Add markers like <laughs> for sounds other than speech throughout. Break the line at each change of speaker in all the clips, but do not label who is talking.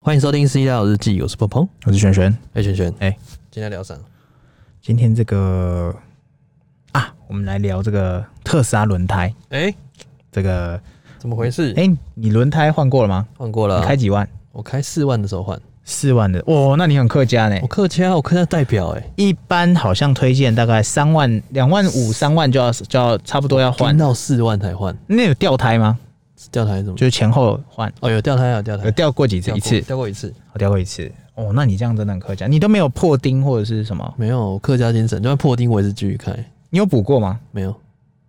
欢迎收听《C 大日记》，我是鹏鹏，
我是璇璇。
哎，璇璇，
哎
今天聊啥？
今天这个啊，我们来聊这个特斯拉轮胎。
哎、
这个，
怎么回事？
哎、你轮胎换过了吗？
换、过了
你
啊、
开几万？
我开四万的时候换，
四万的。哇，那你很客家呢
我。客家，我客家代表、哎，
一般好像推荐大概三万、两万五、三万就要就要差不多要换
换。到四万才换，
那有掉胎吗？
掉胎怎么
就？是前后换，
哦，有掉胎啊，有掉胎
有，掉过几次？
掉
一
过
次，
掉过一次，
我掉过一次。哦，那你这样真的很客家，你都没有破钉或者是什么？
没有我客家精神，就算破钉我也是继续开，
你有补过吗？
没有，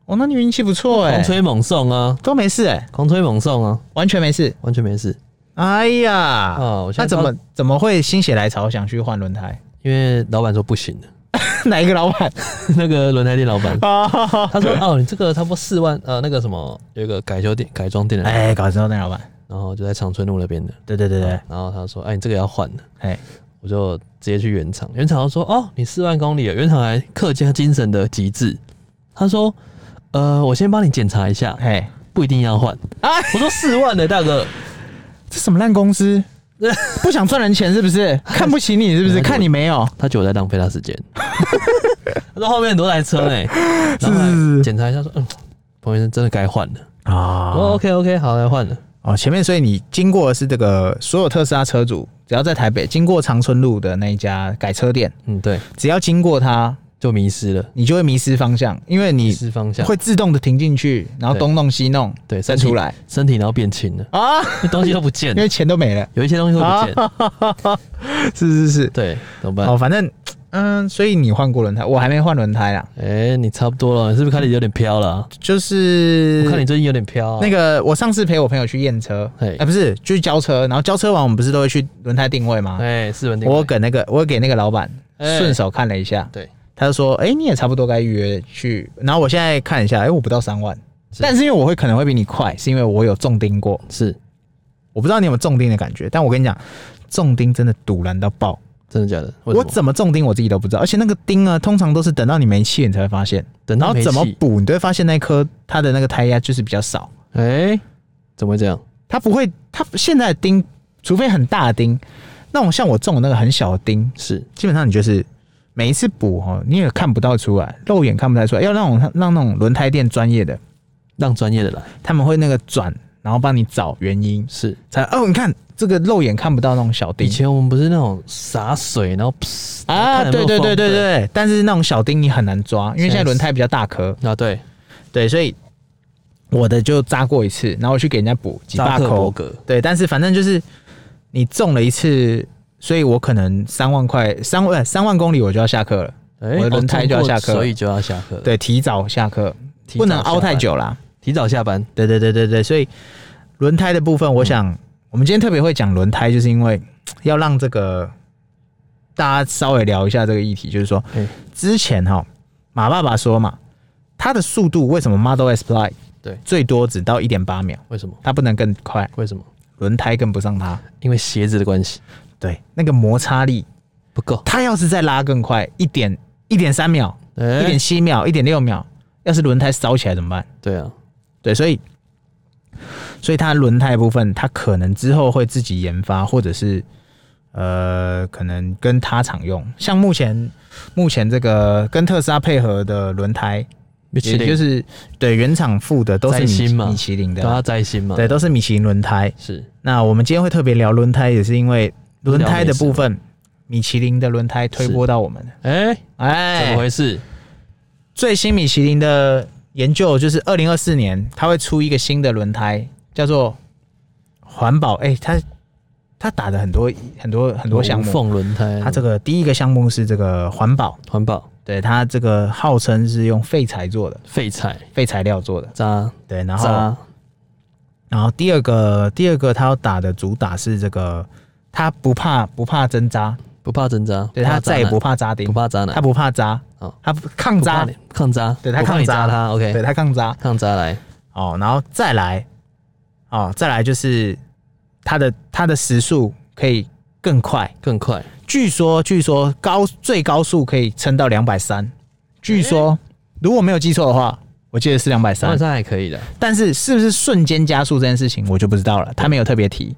哦，那你运气不错哎、
狂吹猛送啊，
都没事哎、
狂吹猛送啊，
完全没事。
完全没事
哎呀，
啊。我现在
那怎
知道
么？怎么会心血来潮想去换轮胎？ <laughs>
因为老板说不行，
哪一个老板？。
<laughs> 那个轮胎店老板
哦，
他说：“哦，你这个差不多四万，呃，那个什么，有一个改修店、改装店的，
哎，搞知道那老板。
然后就在长春路那边的。
对对对对，
然后他说：“哎，你这个要换的。
哎，”
我就直接去原厂，原厂就说：“哦，你四万公里了。”原厂还客家精神的极致，他说：“呃，我先帮你检查一下，
哎，
不一定要换。”
哎
我说：“四万的大哥，
这什么烂
<laughs>
公司？不想赚人钱是不是？看不起你是不是？看你没有，
他觉得我在浪费他时间。”他说：“后面很多台车呢、然后后
是是
来
是
检查一下说：“嗯，彭医生真的该换了。”我说
啊
：“OK OK，好，来换了。
哦，前面所以你经过的是这个所有特斯拉车主，只要在台北经过长春路的那一家改车店，”
嗯，对，
只要经过它，
就迷失了，
你就会迷失方向，因为
迷
你
失方向，
会自动的停进去，然后
对
东弄西弄，
对
再
身体
出来
身体然后变轻了，
啊，
那东西都不见
因
了
为，啊钱都没
<laughs>
了。
有一些东西都不见。
是是是，
对，怎么办？
<laughs> 哦，反正嗯，所以你换过轮胎，我还没换轮胎啦。
哎、你差不多了，你是不是看你有点飘了啊、
就是
我看你最近有点飘、啊。
那
个，
个，我上次陪我朋友去验车，
嘿
哎、不是，就是交车，然后交车完我们不是都会去轮胎定位吗？
哎、四轮定位
我给那个，我给那个老板
哎
顺手看了一下，
对，
他就说，哎、你也差不多该预约去。然后我现在看一下，哎、我不到三万，
是
但是因为我会可能会比你快，是因为我有重钉过，
是
我不知道你有没有重钉的感觉，但我跟你讲，重钉真的堵拦到爆，
真的假的？为什么
我怎么重钉我自己都不知道，而且那个钉呢，通常都是等到你没气你才会发现。
等
然
到
后
没
怎么
气
补，你都会发现那颗它的那个胎压就是比较少，
哎、怎么会这样？
它不会，它现在的钉，除非很大的钉，那种像我中的那个很小的钉，
是
基本上你就是每一次补哦，你也看不到出来，肉眼看不太出来，要那种让那种轮胎店专业的，
让专业的来，
他们会那个转，然后帮你找原因，
是
才哦，你看这个肉眼看不到那种小
以
钉。
前我们不是那种洒水，然后噗
啊，对对对对，对，但是那种小钉你很难抓，因为现在轮胎比较大
看有
颗，
没有缝啊对，
对，所以我的就扎过一次，然后我去给人家补几
扎
大
克伯
口，
格，
对，但是反正就是你中了一次，所以我可能三万块三万呃三万公里我就要下课了，
哎、
我的轮胎就要下课
哦所以就要下课了，
对，提早下课，
提早
不
下班
能熬太，久啦。
提早下班，
对对对对对，所以轮胎的部分，
嗯
我想、我们今天特别会讲轮胎，就是因为要让这个大家稍微聊一下这个议题，就是说
哎、
之前哈马爸爸说嘛，它的速度为什么 Model S Plug
对
最多只到一点八秒，
为什么？
它不能更快，
为什么？
轮胎跟不上它，
因为鞋子的关系
对，那个摩擦力
不够，
它要是再拉更快，一点一点三秒、
哎、
一点七秒、一点六秒，要是轮胎烧起来怎么办？
对啊，
对，所以所以它轮胎部分，它可能之后会自己研发，或者是呃，可能跟他厂用。像目前目前这个跟特斯拉配合的轮胎，也就
就是
是对原厂附的都是
摘星嘛啊
米米其林
都要
的，
摘心嘛，
对，，都是米其林轮胎。
是
那我们今天会特别聊轮胎，也是因为轮胎的部分，米其林的轮胎推播到我们了。
哎、
哎，
怎么回事？
最新米其林的研究就是二零二四年，它会出一个新的轮胎，叫做环保。哎、它它打的很多很多很多项
无
目。
缝轮胎，
它这个第一个项目是这个环保，
环保
对它这个号称是用废材做的，
废材
废材料做的。
渣
对，然后
渣
然后第二个第二个它要打的主打是这个，它不怕不怕针扎，
不怕针扎，
对
他
它再也不怕扎钉，
不怕渣男
它，不怕扎
哦，
它不抗
不怕
扎
你，抗渣，
对他
不怕
抗
你
渣
扎他
对
，OK，
它抗扎。
抗渣来，
哦，然后再来，哦，再来就是它的它的时速可以更快，
更快，
据说据说高最高速可以撑到两百三，据说、如果没有记错的话，我记得是两百
三
三
万，三还可以的，
但是是不是瞬间加速这件事情我就不知道了，他没有特别提。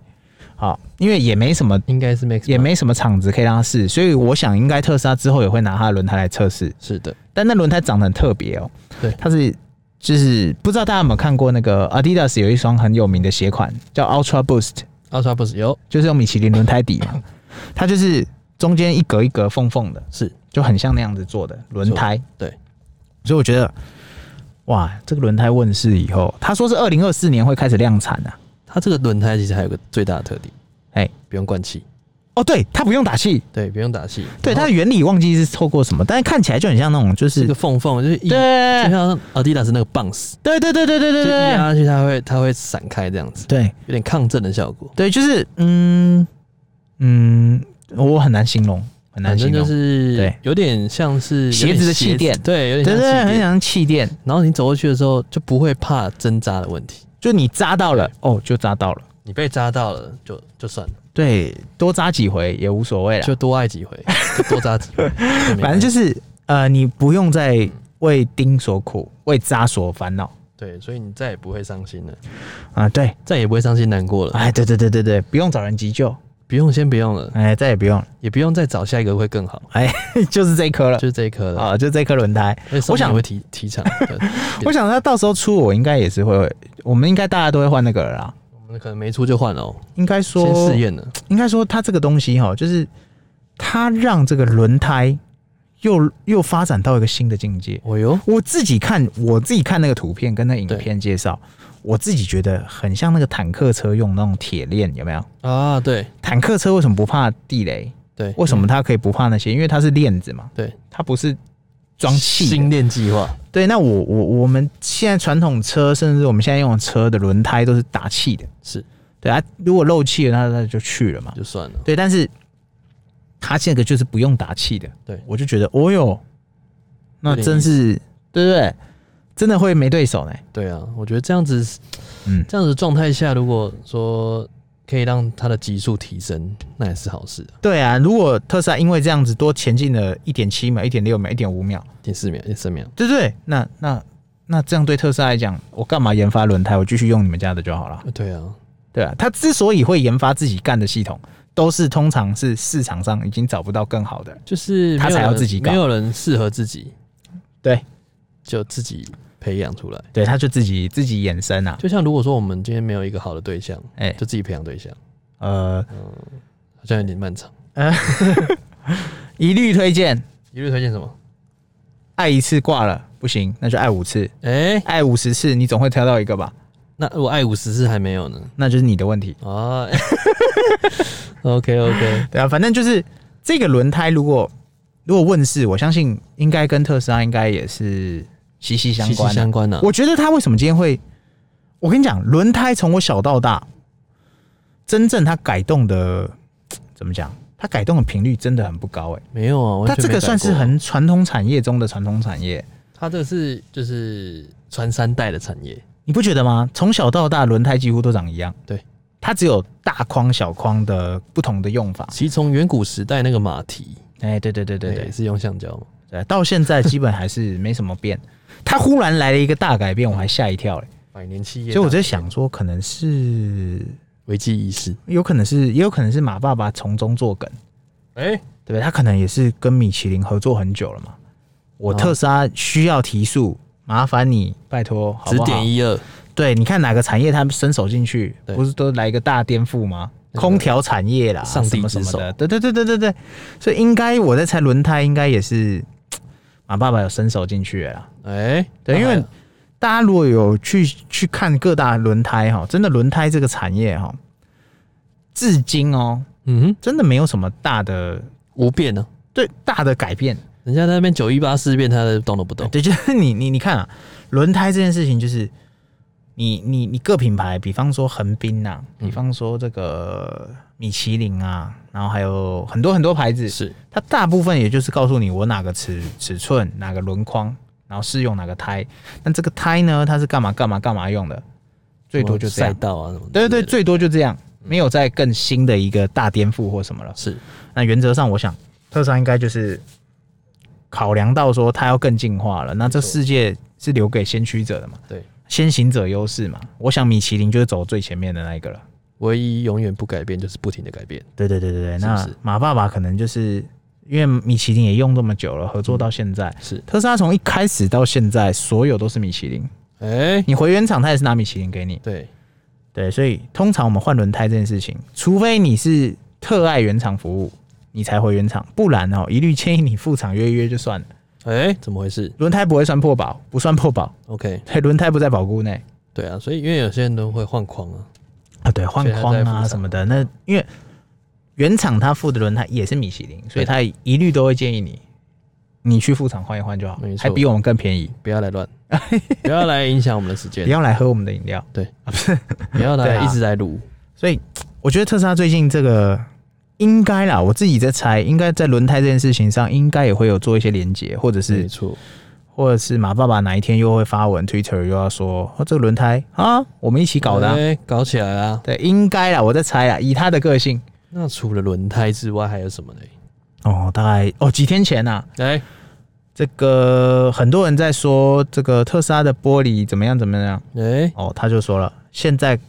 好，因为也没什么
应该是 Max，
也没什么厂子可以让它试，所以我想应该特斯拉之后也会拿它的轮胎来测试。
是的，
但那轮胎长得很特别哦，
对
它是就是不知道大家有没有看过那个 Adidas 有一双很有名的鞋款叫 Ultra Boost，
奥斯拉不是有
就是用米其林轮胎底 <laughs> 嘛，它就是中间一格一格缝缝的，
是
就很像那样子做的轮胎。
对，
所以我觉得，哇，这个轮胎问世以后，他说是二零二四年会开始量产啊。
它这个轮胎其实还有个最大的特点，
哎
不用灌气，
哦，对，它不用打气，哦
对，不用打气，
对，
然
它
后
的原理忘记是透过什么，但是看起来就很像那种，就是
这个缝缝就是
E，
一，就
对
像 Adidas 那个 bounce，
对对对对对对
就一
对
压下去它会它会散开这样子，
E 对
有点抗震的效果，
对，就是嗯嗯，我很难形容，很难
反
形
正
容，
就是
对
有点像是
鞋子的气
有点
垫
对，有
对
点像
对对，很
气垫。
像气垫，
然后你走过去的时候就不会怕针扎的问题，
就你扎到了，哦，就扎到了，
你被扎到了就就算了，
对，多扎几回也无所谓了，
就多爱几
<laughs>
回，就多扎几回，
反正就是是呃，你不用再为钉所苦，为扎所烦恼
对，所以你再也不会伤心了，
啊，对，
再也不会伤心难过了，
哎，对对对对对，不用找人急救，
不用先不用了，
哎，再也不用了， <laughs>
也不用再找下一个会更好，
哎，就是这一颗了
就是这一颗了。哎
啊，就这颗轮胎。
所以
我想
你会提提倡，对
我想他到时候出，我应该也是会，我们应该大家都会换那个了啦。
我们可能没出就换了哦，
应该
先
说
试，验了，
应该说它这个东西哈，就是它让这个轮胎又又发展到一个新的境界。
哦哟，
我自己看，我自己看那个图片跟那影片介绍，我自己觉得很像那个坦克车用那种铁链，有没有？
啊，对
坦克车为什么不怕地雷？
对，
为什么它可以不怕那些？因为它是链子嘛，
对
它不是装气的
新练计划，
对，那我我我们现在传统车，甚至我们现在用的车的轮胎都是打气的，
是
对啊，如果漏气了，那那就去了嘛。
就算了，
对，但是它这个就是不用打气的，
对
我就觉得，哦哟，那
有点
真是对不对？真的会没对手呢。
对啊，我觉得这样子，
嗯
这样子状态下，如果说可以让它的级数提升，那也是好事啊，
对啊，如果特斯拉因为这样子多前进了一点七秒、一点六秒、一点五秒，
第四秒、第三秒，
对不对？那那那这样对特斯拉来讲，我干嘛研发轮胎？我继续用你们家的就好了。
呃对啊，
对啊，他之所以会研发自己干的系统，都是通常是市场上已经找不到更好的。
就是
他
没有
才要
人
自己搞
没有人适合自己，
对，
就自己培养出来。
对，他就自己自己衍生啊。
就像如果说我们今天没有一个好的对象，
哎、
就自己培养对象，
呃，
好像有点漫长。
一律推荐，
一律推荐什么？
爱一次挂了不行，那就爱五次，
哎、
爱五十次，你总会挑到一个吧？
那我爱五十次还没有呢。
那就是你的问题。
啊
<laughs>
，OK OK，
对啊，反正就是这个轮胎，如果如果问世，我相信应该跟特斯拉应该也是息息相
息息
关的、
相关的、啊
我觉得他为什么今天会，我跟你讲，轮胎从我小到大，真正他改动的怎么讲？他改动的频率真的很不高哎、
没有啊，
它
完全
这
没
个
改
算是
过，
很传统产业中的传统产业，
它这个是就是传三代的产业，
你不觉得吗？从小到大，轮胎几乎都长一样。
对，
它只有大框、小框的不同的用法。
其实从远古时代那个马蹄，
哎、对对对对
哎
对
是用橡胶嘛，
对，到现在基本还是没什么变。 <laughs> 它忽然来了一个大改变，我还吓一跳嘞、
百年企业，
所以我在想说，可能是
危机意识，
有可能是，也有可能是马爸爸从中作梗，
哎、
对不对？他可能也是跟米其林合作很久了嘛。我
哦
特斯拉需要提速，麻烦你拜托，好
指
不好？
点一二，
对，你看哪个产业他们伸手进去，
对
不是都来一个大颠覆吗？
那个
空调产业啦，
上帝
什么什么
之
的，对对对对对对，所以应该我在猜轮胎应该也是马爸爸有伸手进去了啦。
哎、
对，因
那还
为
有
大家如果有去去看各大轮胎哈，真的轮胎这个产业哈，至今哦，
嗯哼，
真的没有什么大的
无变呢、啊，
对大的改变。
人家在那边九一八事变，他都动都不动，
对，就是你你你看啊，轮胎这件事情就是你你你各品牌，比方说横滨呐、比方说这个米其林啊，然后还有很多很多牌子，
是
它大部分也就是告诉你我哪个尺尺寸、哪个轮框，然后适用哪个胎。那这个胎呢，它是干嘛干嘛干嘛用的？最多就这
赛
样。
道啊什么之类
对
的，
对对，最多就这样，没有再更新的一个大颠覆或什么了。
是
那原则上，我想特斯拉应该就是考量到说它要更进化了，那这
没错
世界是留给先驱者的嘛，
对，
先行者优势嘛。我想米其林就是走最前面的那一个了，
唯一永远不改变就是不停的改变。
对对对对对，
是不
那
是
马爸爸可能就是因为米其林也用这么久了，合作到现在，
是，
特斯拉从一开始到现在，所有都是米其林。
哎、
你回原厂，他也是拿米其林给你。
对，
对，所以通常我们换轮胎这件事情，除非你是特爱原厂服务，你才回原厂，不然哦，一律建议你副厂约一约就算了。
哎、怎么回事
轮胎不会算破保，不算破保， <laughs>
？OK，
对，轮胎不在保固内
对啊，所以因为有些人都会换框啊，
啊。对，换
所以它在
框
副
啊
厂
什么的，那因为原厂他付的轮胎也是米其林，所以他一律都会建议你，你去副厂换一换就好
没，错
还比我们更便宜。
不要来
<laughs>
乱，不要来影响我们的时间
不，要来喝我们的饮料。
不要
对
来
啊
一直来撸。
所以我觉得特斯拉最近这个应该啦，我自己在猜，应该在轮胎这件事情上，应该也会有做一些连接，或者
没
是
错，
或者是马爸爸哪一天又会发文，Twitter 又要说、哦、这个轮胎啊，我们一起搞的啊、
哎搞起来啊！
对，应该啦，我在猜啦，以他的个性
那除了轮胎之外，还有什么呢？
哦，大概哦几天前呐、
哎、
这个很多人在说这个特斯拉的玻璃怎么样怎么样
哎、
哦，他就说了，现在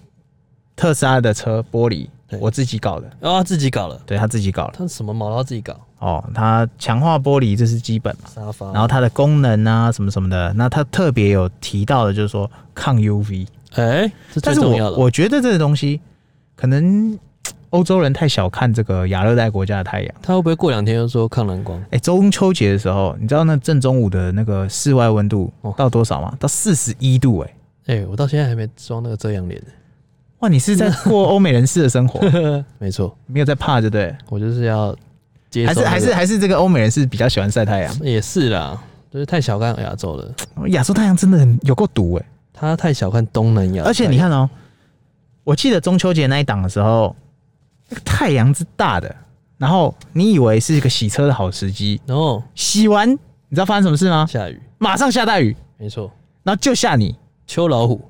特斯拉的车玻璃
对
我自己搞的，
哦，他自己搞了，
对他自己搞了
他什么毛都要自己搞，
哦，它强化玻璃这是基本嘛。
沙发，
然后它的功能啊什么什么的，那它特别有提到的就是说抗 UV，
哎、这最
但是
重要
我
了。
我觉得这个东西可能欧洲人太小看这个亚热带国家的太阳。
他会不会过两天又说抗蓝光？
哎，中秋节的时候，你知道那正中午的那个室外温度
哦
到多少吗？到四十一度哎、
哎、我到现在还没装那个遮阳帘呢。
哇，你是在过欧美人士的生活， <laughs>
没错，
没有在怕，对不对？
我就是要接
还
受那
是
个、
还是还是这个欧美人士比较喜欢晒太阳。
也是啦，就是太小看亚洲了，
亚洲太阳真的很有够毒哎、
他太小看东南亚。
而且你，看哦，我记得中秋节那一档的时候，那个太阳之大的，然后你以为是一个洗车的好时机，
然后
洗完你知道发生什么事吗？
哦下雨，
马上下大雨，
没错，
然后就吓你，
秋老
<laughs>
虎，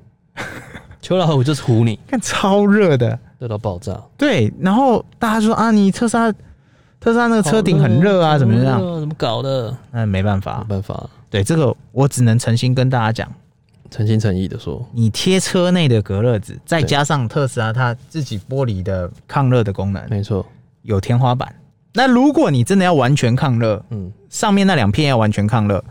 秋老虎就是唬你，
看超热的，
热到爆炸。
对，然后大家说啊，你特斯拉特斯拉那个车顶很热啊，
好
怎么
好
样？啊
热哦怎么搞的？
那没办
没
法，
办法，
对这个我只能诚心跟大家讲，
诚心诚意的说，
你贴车内的隔热纸，再
对
加上特斯拉它自己玻璃的抗热的功能，
没错，
有天花板。那如果你真的要完全抗热，
嗯，
上面那两片要完全抗热，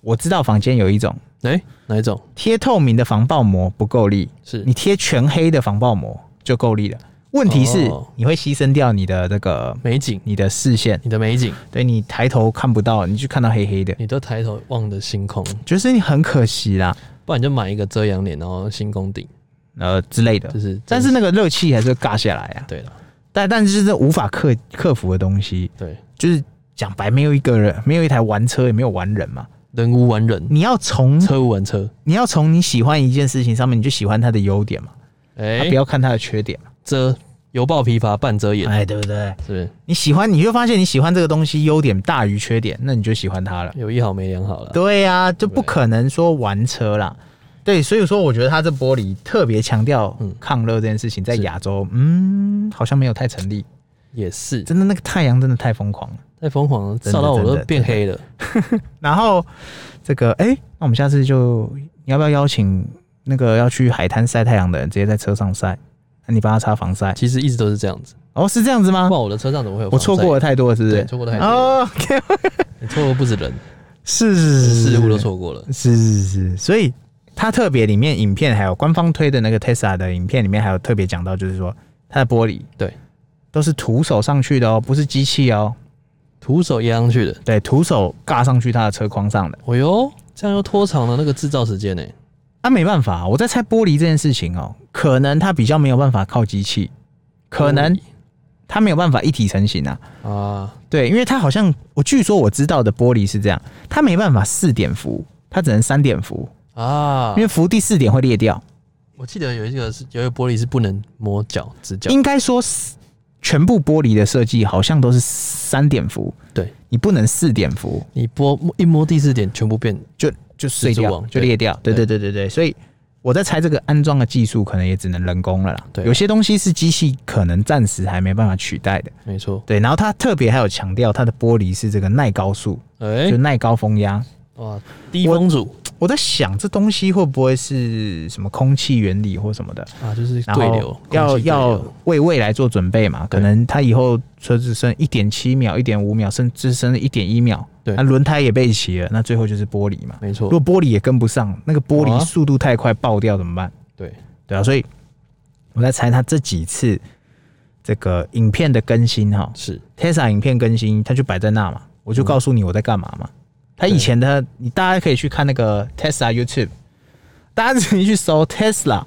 我知道房间有一种
哎、哪一种
贴透明的防爆膜不够力，
是
你？贴全黑的防爆膜就够力了。问题是、
哦
你会牺牲掉你的这个
美景，
你的视线，
你的美景，
对你抬头看不到，你就看到黑黑的，
你都抬头望着星空，
觉得你很可惜啦，
不然你就买一个遮阳帘，然后星空顶，
呃之类的
就。是。
但是那个热气还是会尬下来啊，
对了，
但但是这无法克克服的东西，
对，
就是讲白，没有一个人，没有一台玩车，也没有玩人嘛。
人无完人，
你要从
车无完车，
你要从你喜欢一件事情上面，你就喜欢它的优点嘛，
哎、
啊不要看它的缺点嘛。
遮犹抱琵琶半遮掩，
哎，对不对？
是不是
你喜欢，你就发现你喜欢这个东西优点大于缺点，那你就喜欢它了。
有一好没两好了。
对呀、就不可能说玩车啦。对，所以说我觉得它这玻璃特别强调
嗯
抗热这件事情，在
是
亚洲，嗯，好像没有太成立。
也是
真的，那个太阳真的太疯狂了。
太疯狂了，
真的
照到我
真
都
的
变黑了。
然后这个，哎、那我们下次就你要不要邀请那个要去海滩晒太阳的人，直接在车上晒？那你帮他擦防晒。
其实一直都是这样子，
哦，是这样子吗
不？然我的车上怎么会有
我
防晒？
错过了太多了，是不是
对？错过太多了
哦，OK，
你错过不止人，
<laughs> 是是是
事物都，错过了。
是是是，所以它特别里面影片还有官方推的那个 Tesla 的影片里面还有特别讲到，就是说它的玻璃
对
都是徒手上去的哦，不是机器哦，
徒手压上去的，
对，徒手尬上去它的车框上的。
哦哟，这样又拖长了那个制造时间呢、
啊，没办法，我在猜玻璃这件事情哦，可能它比较没有办法靠机器，可
嗯
能它没有办法一体成型啊。
啊，
对，因为它好像我据说我知道的玻璃是这样，它没办法四点幅，它只能三点幅，
啊
因，为幅第四点会裂掉。
我记得有一个是有一个玻璃是不能摸角直角，
应该说是全部玻璃的设计好像都是三点幅，
对
你不能四点幅，
你摸一摸第四点全部变，
就就碎
蜘蛛
掉，
网
就
对
裂掉。对对
对
对对对，所以我在猜这个安装的技术可能也只能人工了啦。
对啊
有些东西是机器可能暂时还没办法取代的。
没错，
对，然后它特别还有强调它的玻璃是这个耐高速，
哎、
就耐高风压。
哇，低风阻，
我在想这东西会不会是什么空气原理或什么的，
啊，就是
然
对流
后，要
空气对
要
流
为未来做准备嘛，
对
可能它以后车子剩一点七秒、一点五秒，甚至甚至一点一秒，
对
那轮胎也备齐了，那最后就是玻璃嘛。
没
如
错
果，玻璃也跟不上，那个玻
啊
璃速度太快爆掉怎么办？
对，
对啊，所以我在猜他这几次这个影片的更新哈
是
，Tesla 影片更新，他就摆在那嘛，我就告诉你我在干嘛嘛。他以前的你大家可以去看那个 Tesla YouTube，大家自己去搜 Tesla，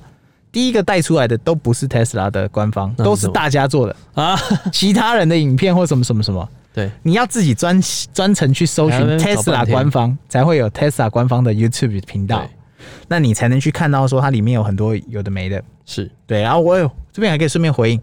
第一个带出来的都不是 Tesla 的官方，
那是
都
什
是
么
大家做的，
啊，
其他人的影片或什么什么什么。
<laughs> 对，
你要自己专专程去搜寻
还要在那边哎找半
Tesla
天
官方，才会有 Tesla 官方的 YouTube 频道
对，
那你才能去看到说它里面有很多有的没的。
是
对，然后我有这边还可以顺便回应，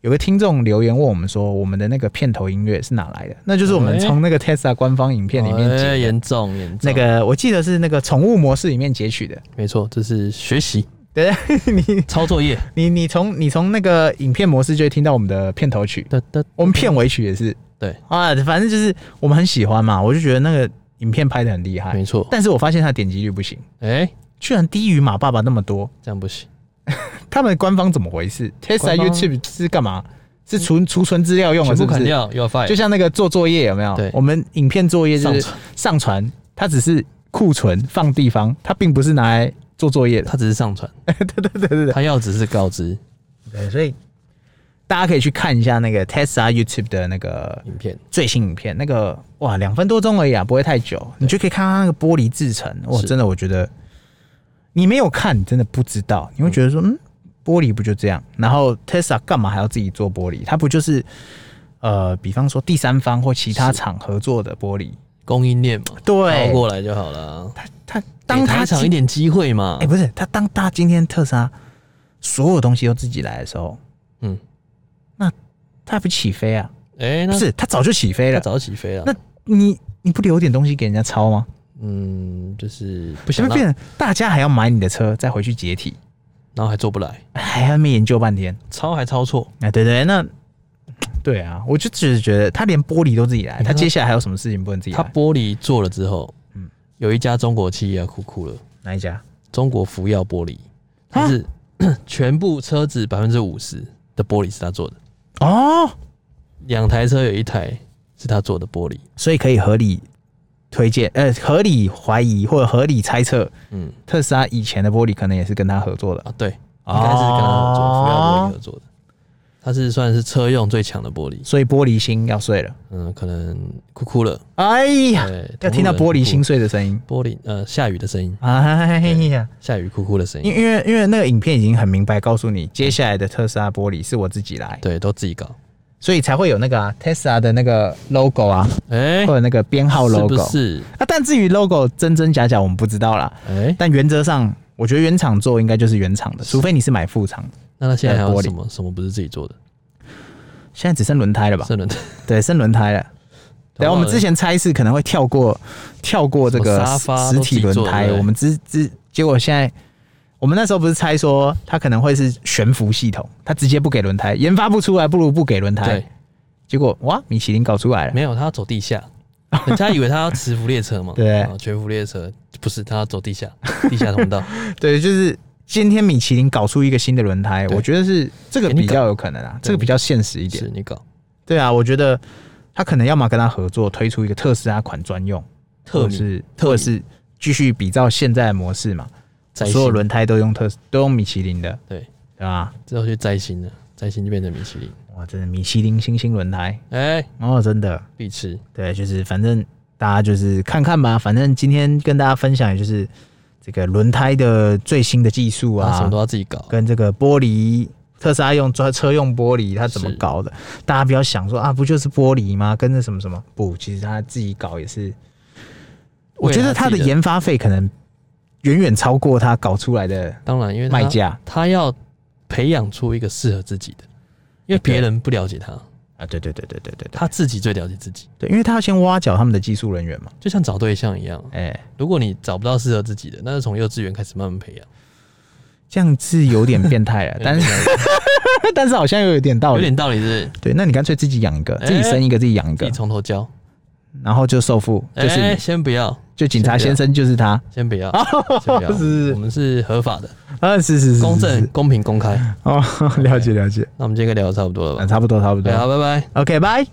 有个听众留言问我们说，我们的那个片头音乐是哪来的？那就是我们
哎
从那个 Tesla 官方影片里面截
哎
的
严重严重，
那个我记得是那个宠物模式里面截取的。
没错，这是学 <laughs> 习
对，你
抄作业，
你你从你从那个影片模式就会听到我们的片头曲，
哒哒，
我们片尾曲也是
嗯对，
啊，反正就是我们很喜欢嘛，我就觉得那个影片拍的很厉
<laughs>
害
没，错，
但是我发现它的点击率不行，
哎，
居然低于马爸爸那么多，
这样不行，
他们官方怎么回事
官
？Tesla
方
YouTube 是干嘛？是储储存资料用
全
的，是
部
不
砍
是？
掉，又要 fire，
就像那个做作业有没有？
哎对
我们影片作业就是
上
上传，它只是库存放地方，它并不是拿来做作业的。
他只是上 <laughs> 传，
对对对对对
他要只是告知
对，所以大家可以去看一下那个 Tesla YouTube 的那个
影片，
最新影片，那个哇，两分多钟而已啊，不会太久，你就可以看到那个玻璃制成。哇，
是
真的，我觉得你没有看，你真的不知道，你会觉得说，嗯，玻璃不就这样？然后 Tesla 干嘛还要自己做玻璃？它不就是呃，比方说第三方或其他
是哦
厂合作的玻璃？
供应链嘛，
对
抄，过来就好了，
他他
当
当
台
他
场一
今，
点机会嘛
哎、，不是他当他今天特斯拉所有东西都自己来的时候，
嗯，
他还不起飞啊？
哎，
不
那
是，他早就起飞
他
了。
早起飞了，啊
那你你不留点东西给人家抄吗？
嗯，就是不
就
想
会
让
变，成大家还要买你的车，再回去解体，
然后还做不来，
还要面研究半天。
抄还抄错，
啊，对对，那对啊，我就只是觉得他连玻璃都自己来，
你
他
看他
接下来还有什么事情不能自
嗯
己
他
来？
玻璃做了之后，嗯
嗯，
有一家中国企业啊哭哭了，
哪一家？
中国福耀玻璃，它是 <coughs> 全部车子百分之五十的玻璃是他做的，
哦，
两台车有一台是他做的玻璃，
所以可以合理推荐，呃，合理怀疑或者合理猜测，
嗯
特斯拉以前的玻璃可能也是跟他合作的。
啊对，应该是跟他合作，福耀玻璃合作的，它是算是车用最强的玻璃，
所以玻璃心要碎了。
嗯，可能哭哭了，
哎呀，
对，
要听到玻璃心
同
碎的声音。
路人哭哭了，玻璃呃下雨的声音，
哎呀，
下雨哭哭的声音
因，因为因为那个影片已经很明白告诉你，接下来的特斯拉玻璃是我自己来，
对，都自己搞，
所以才会有那个、啊、Tesla 的那个 logo <laughs> 啊，
哎、
或者那个编号
是
logo。
不是？
啊，但至于 logo 真真假假，我们不知道啦。
哎、
但原则上，我觉得原厂做应该就是原厂的，除非你是买副厂。
那他现在还
还有
有
玻璃
什么什么不是自己做的？
现在只剩轮胎了吧？
剩轮胎，
对，剩轮胎了。 <laughs> 对，
搞不好
我们之前猜是可能会跳过跳过这个
什么沙发
实
都
体
自己
轮
做
胎，
对不对
我们之之结果现在，我们那时候不是猜说它可能会是悬浮系统，它直接不给轮胎，研发不出来，不如不给轮胎
<laughs> 对。，
结果哇，米其林搞出来了，
没有他要走地
<laughs>
下，人家以为他要磁浮列车嘛，
对
啊，全浮列车不是，他要走地下，地下
<laughs>
通道，
对，就是今天米其林搞出一个新的轮胎，
对
我觉得是这个
给你
比较有可能啊，这个比较现实一点
是。你搞
对啊，我觉得他可能要么跟他合作推出一个特斯拉款专用，
特
或
米
是特是继续比照现在的模式嘛，
摘
所有
星，
轮胎都用特都用米其林的，
对，
对吧？
之后去摘星了，摘星就变成米其林，
哇，真的米其林星星轮胎
哎、
哦，真的，
必吃，
对，就是反正大家就是看看吧，反正今天跟大家分享也就是这个轮胎的最新的技术
他
啊，
什么都要自己搞，
跟这个玻璃，特斯拉用车车用玻璃，它怎么
是
搞的？大家不要想说啊，不就是玻璃吗？跟着什么什么？不，其实他自己搞也是。我觉得他的
自己
研发费可能远远超过他搞出来的
当然因为他
卖价
他要培养出一个适合自己的，因
哎
为别人不了解他，
啊！对对对对对对对
他自己最了解自己，
对，因为他要先挖角他们的技术人员嘛。
就像找对象一样，啊
哎、
如果你找不到适合自己的，那就从幼稚园开始慢慢培养，
这样是有点变态 <laughs> 了， <laughs> 但是啊但是好像又有点道
有
理。 <laughs>
点道理是不是
对，那你干脆自己养一个，自己
哎
生一个，自己养一
自
个
己。从头教，
然后就受付，
哎、
就是你、
先不要，
就警察先生就是他，
先不
<laughs>
要，先不要，
是是是
我们是合法的，
啊，是是是是
公
是
正、
是
公平、公开。
<laughs> 哦，了解了解，
那我们今天应该聊得差不多了
啊
吧？
差不多差不多
对，好，拜拜。
，OK，拜。